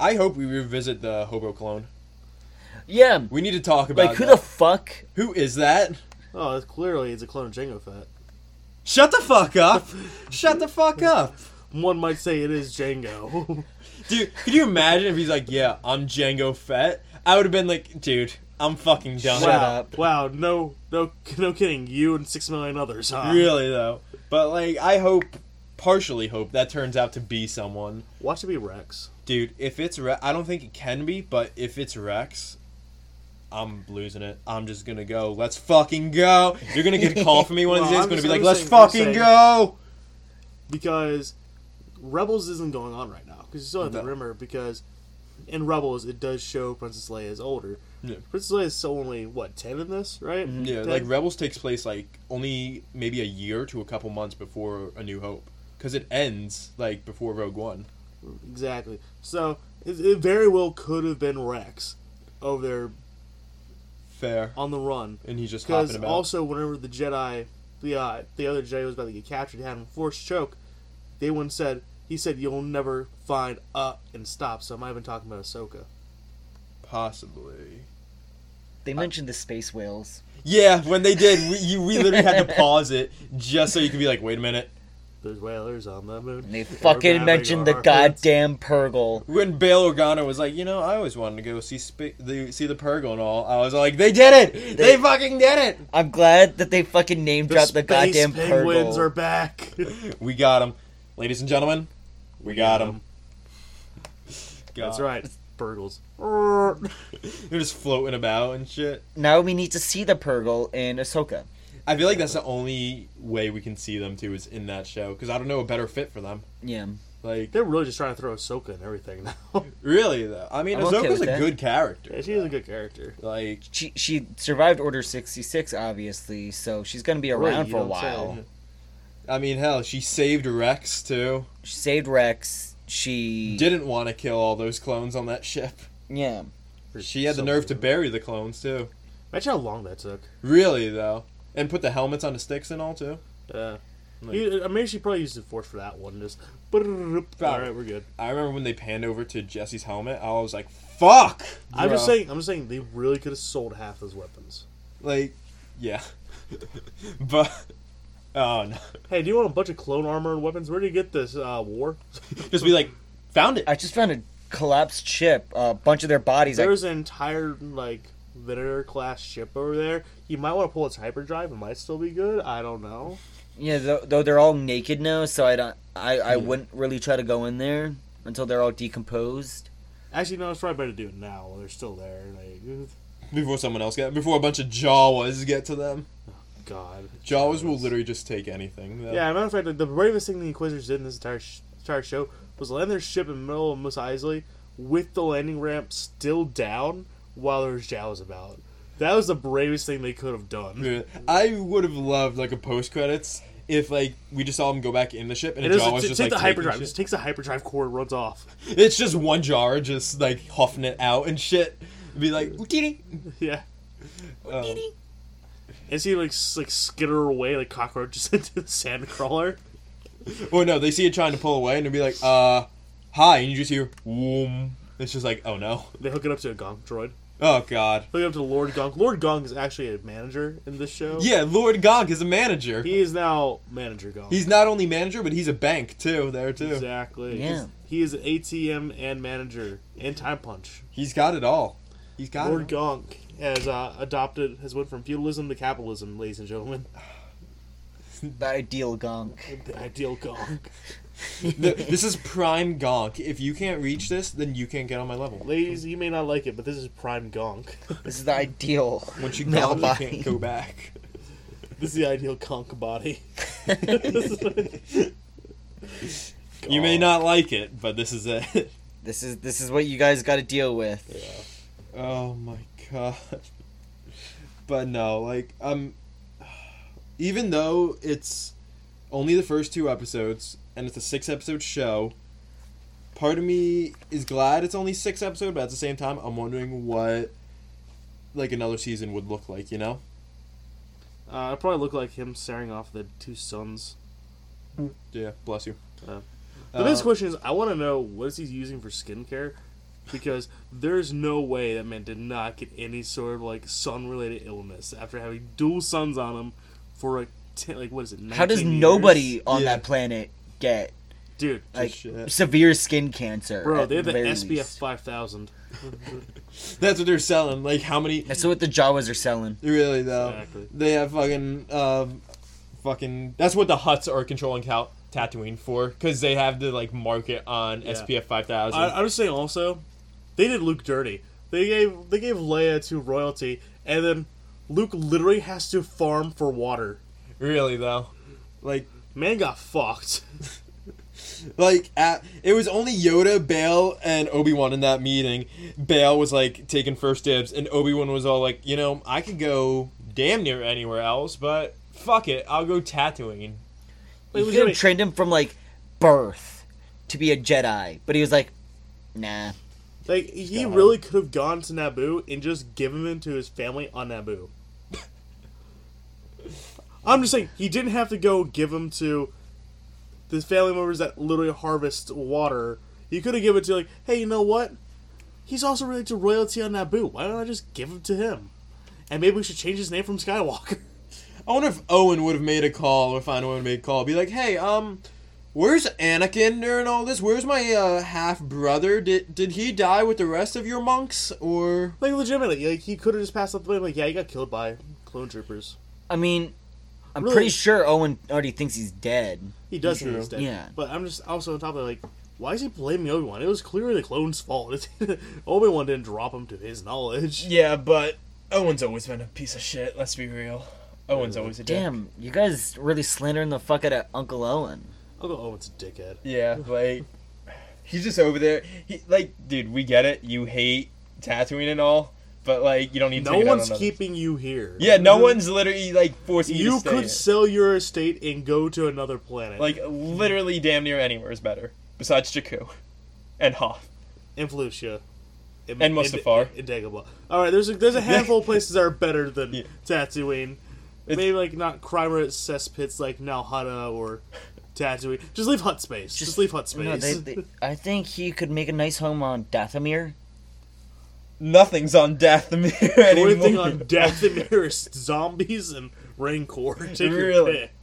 I hope we revisit the hobo clone.
Yeah.
We need to talk about
Like who
that.
the fuck
who is that?
Oh, it's clearly it's a clone of Jango Fett.
Shut the fuck up! Shut the fuck up,
One might say it is Jango.
dude. Could you imagine if he's like, "Yeah, I'm Django Fett"? I would have been like, "Dude, I'm fucking done."
Shut
wow.
up.
Wow. No. No. No kidding. You and six million others. Huh?
Really though, but like, I hope, partially hope that turns out to be someone,
Watch it be Rex.
dude. If it's Re- I don't think it can be, but if it's Rex. I'm losing it. I'm just gonna go. Let's fucking go. You're gonna get a call from me one of
Well,
these days.
I'm
Gonna
just-
be
I'm
like,
just
let's
saying- I'm
fucking
saying-
go.
because Rebels isn't going on right now because you still have the
No.
rumor because in Rebels it does show Princess Leia is older.
Yeah. Mm-hmm.
Princess Leia is still only what ten in this, right?
Yeah,
10?
like Rebels takes place like only maybe a year to a couple months before A New Hope, because it ends like before Rogue One.
exactly. So it, it very well could have been Rex over there
Fair,
on the run
and he's just hopping
because
about.
also whenever the Jedi, the uh, the other Jedi was about to get captured, had him force choke. They one said he said you'll never find up and stop. So I might have been talking about Ahsoka.
Possibly.
Uh,
they mentioned the space whales.
Yeah, when they did, we you, we literally had to pause it just so you could be like, wait a minute.
There's whalers on the moon.
And they
We're
fucking
grabbing
mentioned the
our-
goddamn Purgle.
When Bail Organa was like, you know, I always wanted to go see spa- the see the Purgle and all. I was like, they did it! They,
They-
fucking did
I'm glad that they fucking name dropped the
space
goddamn
penguins
Purgle.
are back.
it! We got him, ladies and gentlemen. We got him.
That's right. Burgles.
They're just floating about and shit.
Now we need to see the Purgle in Ahsoka.
I feel like that's the only way we can see them too is in that show because I don't know a better fit for them.
Yeah.
Like
They're really just trying to throw Ahsoka and everything now.
really though, I mean
I'm okay
Ahsoka's
with
a
that.
good character.
yeah, she is a good character.
Like
She she survived Order 66 obviously, so she's going to be
Right,
around
you
for a
don't say.
while.
I mean hell, she saved Rex too.
She saved Rex. She
Didn't want to kill all those clones on that ship.
Yeah.
She had the nerve to bury the clones too.
Imagine how long that took.
Really though, and put the helmets on the sticks and all too.
Yeah.
Like-
You- I mean, she probably used the force for that one. Just. All right, we're good.
I remember when they panned over to Jesse's helmet, I was like, "Fuck!"
I'm just
bro."
saying. I'm just saying they really could have sold half those weapons.
like, yeah, but oh no,
Hey, do you want a bunch of clone armor and weapons? Where do you get this? Uh, war.
just be like, found it.
I just found a collapsed ship, a bunch of their bodies. I-
There's an entire like Venator class ship over there. You might want to pull its hyperdrive. It might still be good. I don't know.
yeah, though, though they're all naked now, so I don't I, I wouldn't really try to go in there until they're all decomposed.
Actually, no, it's probably better to do it now while they're still there. Like,
Before someone else get, before a bunch of Jawas get to them,
God.
Jawas will literally just take anything. Though.
Yeah, matter of fact, the bravest thing the Inquisitors did in this entire sh- entire show was land their ship in the middle of Mos Eisley with the landing ramp still down while there was Jawas about. That was the bravest thing they could have done.
Yeah. I would have loved like a post credits if like we just saw him go back in the ship and
It
a
is,
Jaw was
just,
just like
take the
taking
hyperdrive.
shit.
Just takes the hyperdrive cord, runs off.
It's just one jar, just like huffing it out and shit. Be like, "Ootity."
yeah,
Um,
and see like s- like skitter away like cockroaches into the sand crawler.
or no, they see it trying to pull away and they'll be like, uh, hi, and you just hear, Woom. It's just like, oh no.
They hook it up to a Gonk droid.
Oh god.
Hook it up to Lord Gonk. Lord Gonk is actually a manager in this show.
Yeah, Lord Gonk is a manager.
he is now manager Gonk.
He's not only manager, but he's a bank too, there too.
Exactly.
Yeah.
He is ATM and manager and time punch.
He's got it all. He's got
Lord
it. all.
Gonk has uh, adopted has went from feudalism to capitalism, ladies and gentlemen.
The ideal gonk.
The ideal Gonk.
Th- this is prime Gonk. If you can't reach this, then you can't get on my level.
Ladies, you may not like it, but this is prime Gonk.
This is the ideal
Once you
male
go, you
body.
can't go back.
This is the ideal Gonk body.
You may not like it, but this is it.
This is this is what you guys got to deal with.
Yeah.
Oh my god. But no, like um even though it's only the first two episodes and it's a six episode show, part of me is glad it's only six episodes, but at the same time I'm wondering what like another season would look like, you know?
Uh, I probably look like him staring off the two suns.
Yeah, bless you.
Uh, The
Uh,
Um,
biggest question is, I want to know what is he using for skincare, because there's no way that man did not get any sort of like sun-related illness after having dual suns on him for like ten, like what is it? 19
How does
years?
nobody on
Yeah.
that planet get
dude,
like
shit.
severe skin cancer?
bro?
at
They have the
very
SPF
least?
5000.
That's what they're selling. Like how many
That's what the Jawas are selling.
Really though,
Exactly.
they have fucking, um, fucking. That's what the huts are controlling Cal- Tatooine for, because they have the like market on
Yeah.
SPF five thousand.
I, I was saying also, they did Luke dirty. They gave they gave Leia to royalty, and then Luke literally has to farm for water.
really though, like,
Man got fucked.
like at, it was only Yoda, Bail, and Obi Wan in that meeting. Bail was like taking first dibs, and Obi Wan was all like, you know, I could go damn near anywhere else, but fuck it, I'll go Tatooine.
It
You
was
could
really-
have trained him from like birth to be a Jedi, but he was like, nah.
Like he
God.
really could have gone to Naboo and just given them to his family on Naboo. I'm just saying he didn't have to go give them to the family members that literally harvest water. He could have given it to like, hey, you know what? He's also related to royalty on Naboo. Why don't I just give him to him? And maybe we should change his name from Skywalker.
I wonder if Owen would have made a call or if Owen would have made a call. Be like, hey, um, where's Anakin during all this? Where's my uh, half brother? Did did he die with the rest of your monks? Or
like legitimately, like he could have just passed up the blame. Like yeah, he got killed by clone troopers.
I mean, I'm
Really?
pretty sure Owen already thinks he's dead.
He does think
True.
he's dead.
Yeah.
But I'm just also on top of it, like, why is he blaming Obi Wan? It was clearly the clone's fault. Obi Wan didn't drop him to his knowledge.
yeah, but Owen's always been a piece of shit. Let's be real. Owen's always a
Damn, you guys really slandering the fuck out of Uncle Owen.
Uncle Owen's a dickhead.
Yeah, like he's just over there. He, like, dude, we get it. You hate Tatooine and all, but like, you don't need to.
No
take it out
one's
on others.
keeping you here.
Yeah, no one's literally like forcing you.
You
to stay
could
in.
sell your estate and go to another planet.
Like literally, damn near anywhere is better besides Jakku and Hoth.
in Felucia. In,
And Mustafar.
In, in Dagobah. All right, there's a, there's a handful of places that are better than
Yeah.
Tatooine.
It's-
Maybe like not crime cesspits like Nalhada or Tatooine. Just leave hut space. Just, leave hut space.
No, they, they, I think he could make a nice home on Dathomir.
Nothing's on Dathomir
The
anymore.
only thing on death in there is zombies and rancor. Take
Really?
your pick.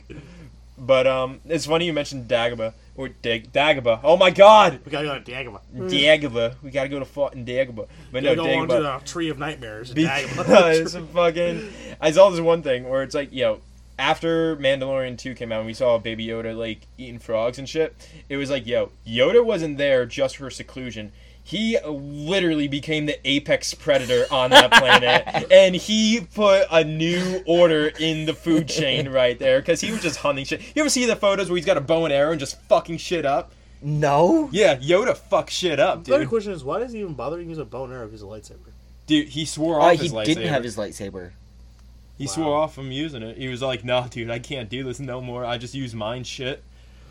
But um, it's funny you mentioned Dagobah or Dag- Dagobah. Oh my God,
We gotta go to Dagobah.
Dagobah. We gotta go to fucking Dagobah. But
Hmm.
no,
We go on to
Dagobah.
the Tree of Nightmares in
Because
Dagobah.
fucking, I saw this one thing where it's like, yo, after Mandalorian two came out, and we saw Baby Yoda like eating frogs and shit. It was like, yo, Yoda wasn't there just for seclusion. He literally became the apex predator on that planet, and he put a new order in the food chain right there because he was just hunting shit. You ever see the photos where he's got a bow and arrow and just fucking shit up?
No.
Yeah, Yoda fucks shit up,
The other
dude.
question is, why does he even bother to use a bow and arrow if he's a lightsaber?
Dude, he swore off
Uh,
his
he
lightsaber.
didn't have his lightsaber.
He
Wow.
swore off from using it. He was like, "Nah, dude, I can't do this no more. I just use mine shit."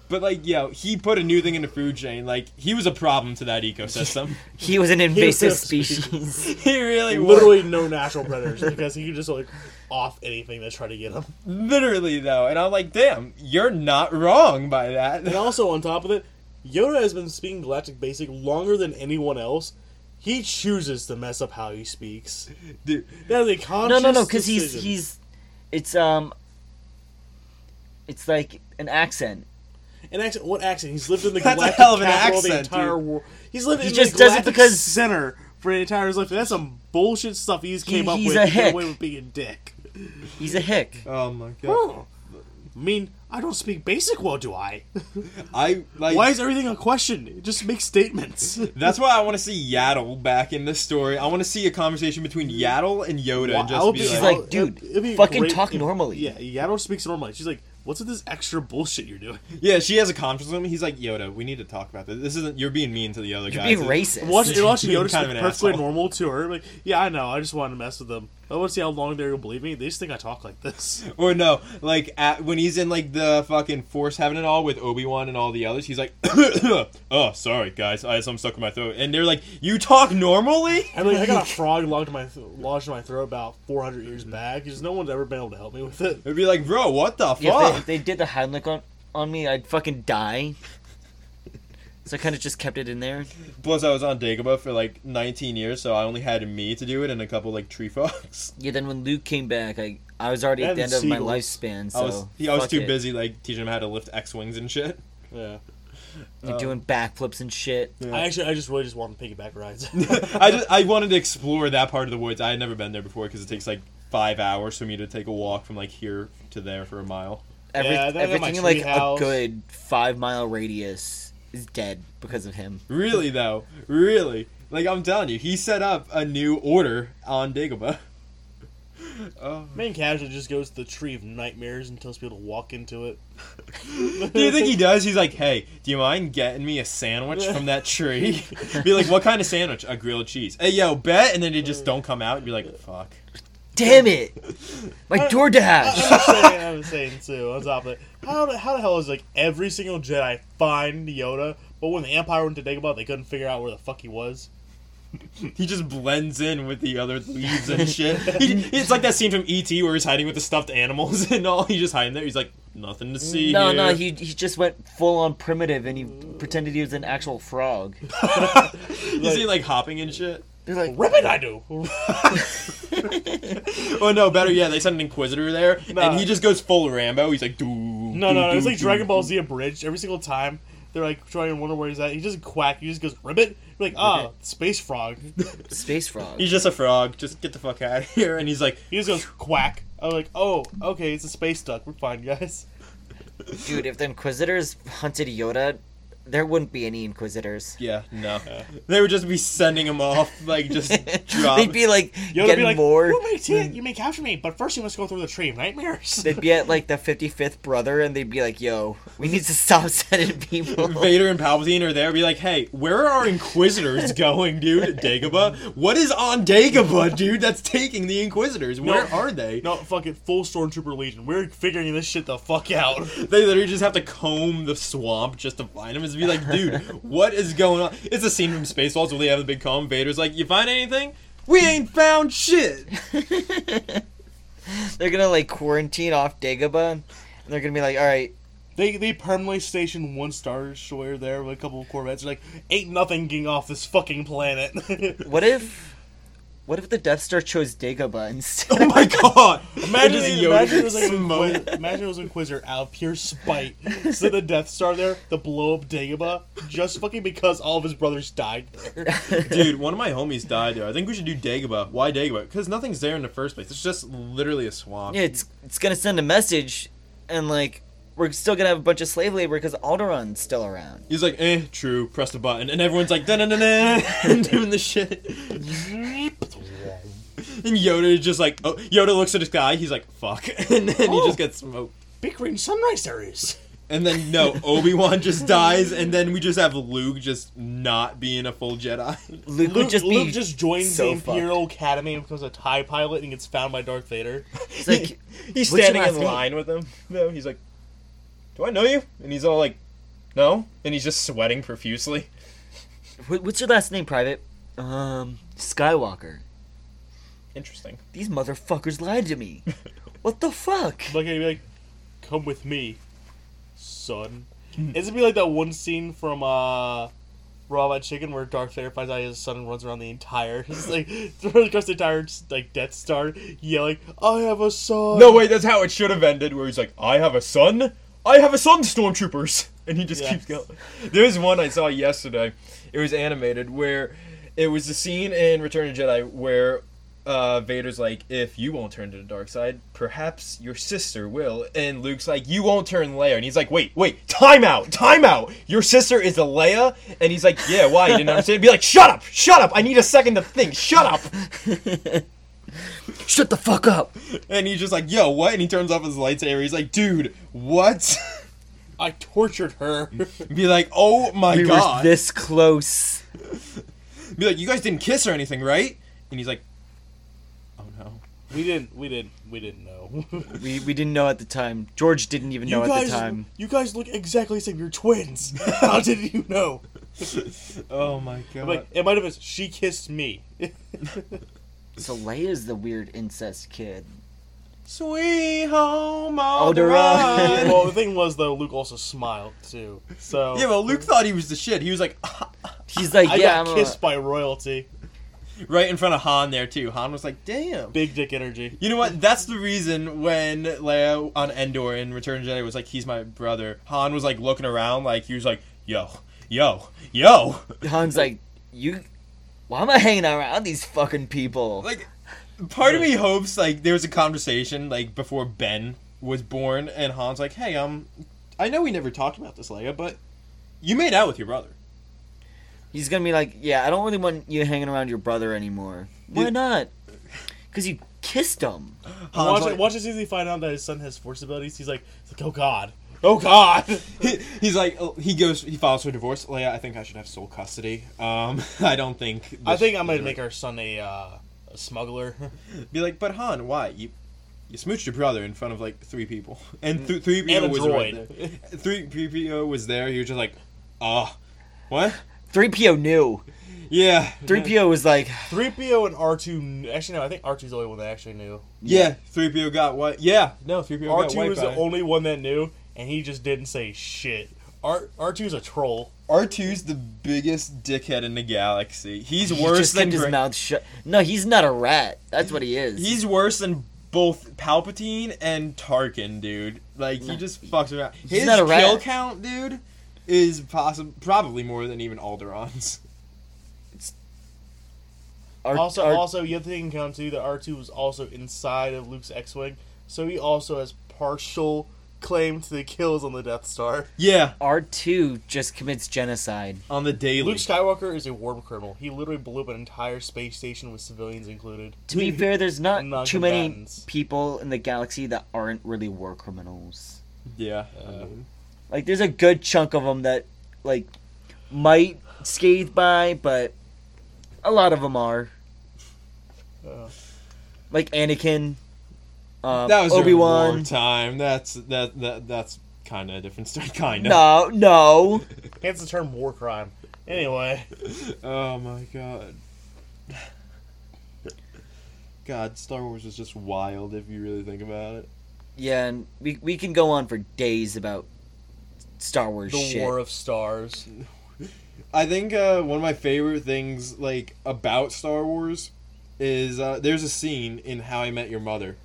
But like, yo, he put a new thing in the food chain. Like, he was a problem to that ecosystem.
He was an invasive
a
species.
he really
Literally no natural predators because he could just like off anything that tried to get him.
was. Literally though, and I'm like, "Damn, you're not wrong by
And
that."
also on top of it, Yoda has been speaking Galactic Basic longer than anyone else. He chooses to mess up how he speaks.
Dude,
That is a conscious
no, no, no, because he's
decision.
he's, it's um, it's like an accent.
an accent. What accent? He's lived in the
That's a
galactic
hell of an
capital of the
accent,
entire
dude.
world. He's lived
He
in
just
the
does it
galactic
because-
center for an entire life. That's some bullshit stuff he just
He-
came up
he's
with.
a
to get
hick.
away with being a dick.
He's a hick.
oh my god,
Huh. I mean, I don't speak basic well, do I?
I like.
Why is everything a question? Just make statements.
that's why I want to see Yaddle back in this story. I want to see a conversation between Yaddle and Yoda,
Wow, I
and just
would
be
be-
like,
She's
Well,
like, dude,
it'd- it'd be
fucking
great
talk
if-
normally.
yeah, Yaddle speaks normally. She's like, "What's with this extra bullshit you're doing?"
"Yeah." She has a conference with him. He's like, "Yoda, we need to talk about this. This isn't. You're being mean to the other
You're
guy."
being racist.
Watch, and watch
Being
Yoda
kind of
speak
an
perfectly
asshole.
normal to her. Like, yeah, I know. I just wanted to mess with them. I want to see how long they're gonna believe me. They just think I talk like this.
Or no, like at, when he's in like the fucking force having it all with Obi Wan and all the others, he's like, "Oh, sorry guys, I have something stuck in my throat." And they're like, "You talk normally?"
I mean, I got a frog lodged in my th- lodged in my throat about 400
Mm-hmm.
years back. Because no one's ever been able to help me with it.
It'd be like, "Bro, what the
Yeah, if, they, if
fuck?"
they did the Heimlich on, on me, I'd fucking die. So I kind of just kept it in there.
Plus, I was on Dagobah for like 19 years, so I only had me to do it and a couple like tree frogs.
Yeah, then when Luke came back, I I was already at the
And
end of my
seagulls.
lifespan, so
I was yeah, I was
fuck
too
it.
busy like teaching him how to lift X wings and shit.
Yeah.
You're doing
Uh,
backflips and shit.
I actually, I just really just want piggyback rides.
I just I wanted to explore that part of the woods. I had never been there before because it takes like five hours for me to take a walk from like here to there for a mile.
Every,
Yeah, then I got my
everything in like
treehouse.
a good five mile radius is dead because of him.
Really though, really. Like I'm telling you, he set up a new order on Dagobah. Oh.
Main casual just goes to the tree of nightmares and tells people to walk into it.
Do you think he does? He's like, hey, do you mind getting me a sandwich from that tree? be like, what kind of sandwich? A grilled cheese. Hey, yo, bet. And then they just don't come out. And be like, fuck.
Damn it! My DoorDash!
I'm saying, I'm saying too. On top of it, how the, how the hell is like every single Jedi find Yoda, but when the Empire went to Dagobah, they couldn't figure out where the fuck he was.
He just blends in with the other leaves and shit. He, it's like that scene from E.T. where he's hiding with the stuffed animals and all. He's just hiding there. He's like, nothing to see.
No,
here.
no, he he just went full on primitive and he pretended he was an actual frog.
You see, like hopping and shit.
They're like,
Ribbon, I do.
Oh no, better yet, they sent an inquisitor there,
Nah.
and he just goes full Rambo. He's like, "Doo."
No, no, no. It's like Dragon Ball Z abridged. Every single time they're like trying to wonder where he's at, he just quack. He just goes ribbit. You're like, ah, space frog.
space frog.
He's just a frog. Just get the fuck out of here. And he's like,
He just goes quack. I'm like, oh, okay, it's a space duck. We're fine, guys.
Dude, if the Inquisitors hunted Yoda, there wouldn't be any Inquisitors.
"Yeah, no." They would just be sending him off, like just drop.
They'd be like
Yoda
getting
be like,
more.
You may, t- you may capture me, but first you must go through the tree of nightmares.
They'd be at like the 55th brother and they'd be like, yo, we need to stop sending people.
Vader and Palpatine are there. Be like, "Hey, where are our inquisitors going, dude? Dagobah? What is on Dagobah, dude? That's taking the inquisitors. Where are they?
No, fuck it. Full Stormtrooper Legion. We're figuring this shit the fuck out.
They literally just have to comb the swamp just to find him. It's be like, dude, what is going on? It's a scene from Spaceballs where they have the big comb. Vader's like, you find anything? We ain't found shit.
They're gonna like quarantine off Dagobah and they're gonna be like, alright,
They they permanently stationed one Star Destroyer there with a couple of Corvettes. They're like, ain't nothing getting off this fucking planet.
what if. What if the Death Star chose Dagobah instead?
Oh my god!
Imagine,
Just Yoda
imagine, it was like
smoke.
Inquis- imagine it was Inquisitor out of pure spite. So the Death Star there, the blow up Dagobah, just fucking because all of his brothers died there.
Dude, one of my homies died there. I think we should do Dagobah. Why Dagobah? Because nothing's there in the first place. It's just literally a swamp.
yeah, it's it's gonna send a message, and like we're still gonna have a bunch of slave labor because Alderaan still around.
He's like, eh, true, press the button. And everyone's like, da da da da, doing the shit. And Yoda is just like, oh, Yoda looks at his guy. He's like, fuck. And then he
Oh.
just gets smoked.
Big Green Sunrise there is.
And then no, Obi Wan just dies, and then we just have Luke just not being a full Jedi.
Luke,
Luke,
would just be
Luke just joins
so
the Imperial Academy and becomes a TIE pilot and gets found by Darth Vader.
It's like,
He's
What's your
standing
last
in
name?
line with him. Though he's like, "Do I know you?" And he's all like, "No." And he's just sweating profusely.
"Wh- what's your last name, Private? Um, Skywalker.
Interesting.
These motherfuckers lied to me. What the fuck?
Like, he'd be like, come with me, son. It's gonna be like that one scene from, uh, Raw About Chicken where Darth Vader finds out his son runs around the entire, he's like, throws across the entire, like, Death Star, yelling, I have a son!
No, wait, that's how it should have ended, where he's like, I have a son? I have a son, stormtroopers! And he just
Yeah.
keeps going. There was one I saw yesterday. It was animated, where it was the scene in Return of the Jedi where uh, Vader's like, if you won't turn to the dark side, perhaps your sister will. And Luke's like, you won't turn Leia. And he's like, wait, wait, time out, time out. Your sister is a Leia? And he's like, yeah, why? You didn't understand? Be like, shut up, shut up. I need a second to think. Shut up.
Shut the fuck up.
And he's just like, "Yo, what?" And he turns off his lightsaber. He's like, "Dude, what?"
I tortured her.
Be like, "Oh my
We were
god!"
this close.
Be like, "You guys didn't kiss or anything, right?" And he's like, "Oh no."
we didn't, we didn't, we didn't know.
We, we didn't know at the time. George didn't even know at the time.
you guys look exactly the same. You're twins. How did you know?
Oh my god.
I'm like, it might have been, she kissed me.
So Leia's the weird incest kid.
Sweet home
Alderaan.
Alderaan.
well, the thing was though, Luke also smiled too. So
yeah, well, Luke thought he was the shit. He was like,
He's like,
I
yeah,
got
I'm
kissed by royalty.
right in front of Han there too. Han was like, "Damn."
Big dick energy.
You know what? That's the reason when Leia on Endor in Return of the Jedi was like, "He's my brother." Han was like looking around, like he was like, "Yo, yo, yo!"
a, Han's like, you. Why am I hanging around these fucking people?
Like, part of me hopes like there was a conversation like before Ben was born, and Han's like, "Hey, um, I know we never talked about this, Leia, but you made out with your brother."
He's gonna be like, yeah, I don't really want you hanging around your brother anymore. Why
Yeah.
not? Because you kissed him.
Han's
Watch,
like,
watch as easy find out that his son has force abilities. He's like, he's like oh god, oh god.
He- he's like, oh, he goes, he files for divorce. Leia, I think I should have sole custody. Um, I don't think.
I
this-
think I'm gonna make our son a, uh, a smuggler.
Be like, but Han, why you you smooched your brother in front of like three people, and th- three
And
PO
a
was
droid.
right there. Three PO was there. You're just like, ah, what?
3PO knew.
Yeah,
3PO was like,
Three PO and R two. Actually, no, I think R 2s the only one that actually knew.
yeah. Three PO got what? Yeah, no, three PO
R
got
two
wiped.
was the only one that knew, and he just didn't say shit. R R two's a troll.
R 2s the biggest dickhead in the galaxy. He's
he
worse
just
than
kept his
Gra-
mouth shut. No, he's not a rat. That's what he is.
He's worse than both Palpatine and Tarkin, dude. Like he
No.
just fucks around.
He's
His
not a rat.
kill count, dude, is possible probably more than even Alderaan's.
Our-
also,
our-
also, you have to think account too that R two was also inside of Luke's X wing, so he also has partial claim to the kills on the Death Star.
Yeah,
R2 just commits genocide.
on the daily.
Luke Skywalker is a war criminal. He literally blew up an entire space station with civilians included.
To be fair, there's not
Not
too many
combatants.
people in the galaxy that aren't really war criminals.
Yeah.
Uh,
Um, Like, there's a good chunk of them that, like, might scathe by, but a lot of them are.
Uh,
Like Anakin, um,
that was
Obi
Obi-Wan.
Wan.
time. That's that, that that's kind of a different story kind of.
No, no.
hence the term war crime. Anyway,
Oh my god. God, Star Wars is just wild if you really think about it.
Yeah, and we we can go on for days about Star Wars
the
shit.
War of Stars.
I think uh, one of my favorite things like about Star Wars is uh, there's a scene in How I Met Your Mother,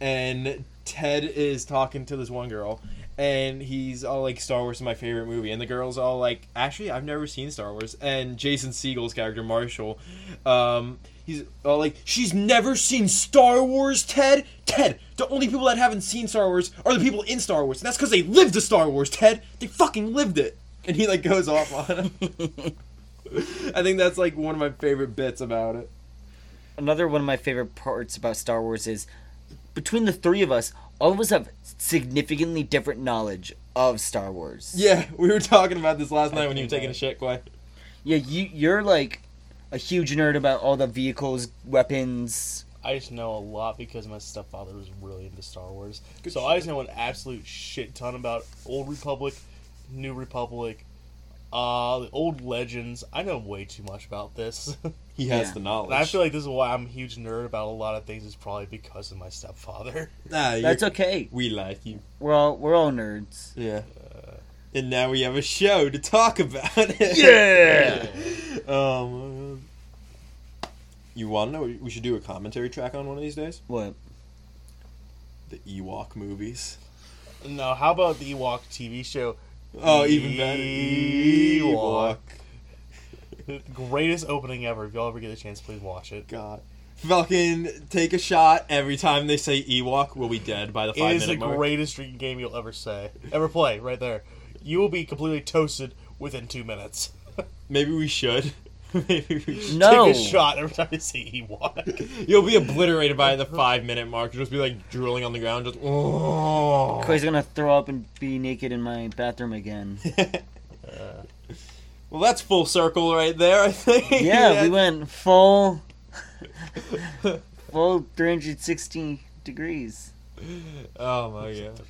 and Ted is talking to this one girl, and he's all like, "Star Wars is my favorite movie," and the girl's all like, "Actually, I've never seen Star Wars." And Jason Siegel's character Marshall, um, he's all like, "She's never seen Star Wars, Ted. Ted, the only people that haven't seen Star Wars are the people in Star Wars, and that's because they lived the Star Wars, Ted. They fucking lived it." And he like goes off on him. I think that's like one of my favorite bits about it.
Another one of my favorite parts about Star Wars is between the three of us, all of us have significantly different knowledge of Star Wars.
Yeah, we were talking about this last night when you were
think
taking
I-
a shit, Quay.
Yeah, you you're like a huge nerd about all the vehicles, weapons.
I just know a lot because my stepfather was really into Star Wars.
Good
so I just know an absolute shit ton about Old Republic, New Republic, uh, the old legends. I know way too much about this.
He has
Yeah.
the knowledge.
And I feel like this is why I'm a huge nerd about a lot of things. Is probably because of my stepfather.
nah, you're-
That's okay.
we like you.
We're all we're all nerds.
Yeah. And now we have a show to talk about.
Yeah!
oh my god. You want to know? We should do a commentary track on one of these days.
What?
The Ewok movies.
No, how about the Ewok TV show?
Oh, even better.
Ewok. Greatest opening ever. If y'all ever get a chance, please watch it.
God. Fucking take a shot every time they say Ewok. We'll be dead by the
It
five
is the
minute mark.
greatest drinking game you'll ever say, ever play. Right there, you will be completely toasted within two minutes.
Maybe we should. Maybe we should.
No.
Take a shot every time you see Ewok.
You'll be obliterated by the five minute mark. You'll just be like drooling on the ground, just. "Mm, Oh.
Quay's gonna throw up and be naked in my bathroom again.
Well, that's full circle right there, I think.
Yeah, we went full, full 360 degrees.
Oh my god.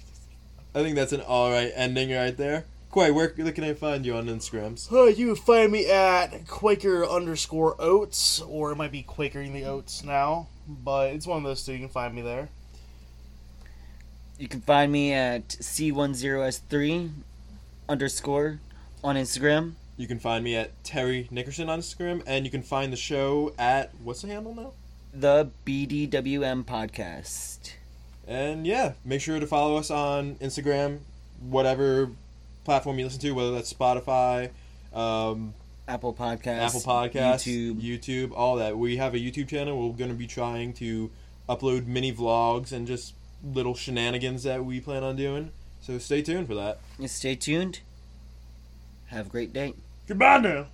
I think that's an alright ending right there. Quay, where can I find you on Instagrams?
Uh, you can find me at Quaker underscore Oats, or it might be Quakering the Oats now, but it's one of those two. You can find me there.
You can find me at C10S3 underscore on Instagram.
You can find me at Terry Nickerson on Instagram, and you can find the show at what's the handle now?
The BDWM podcast.
And yeah, make sure to follow us on Instagram, whatever platform you listen to, whether that's Spotify, um,
Apple Podcasts.
Apple Podcasts,
YouTube.
YouTube, all that. We have a YouTube channel. We're going to be trying to upload mini vlogs and just little shenanigans that we plan on doing. So stay tuned for that.
Stay tuned. Have a great day.
Goodbye now.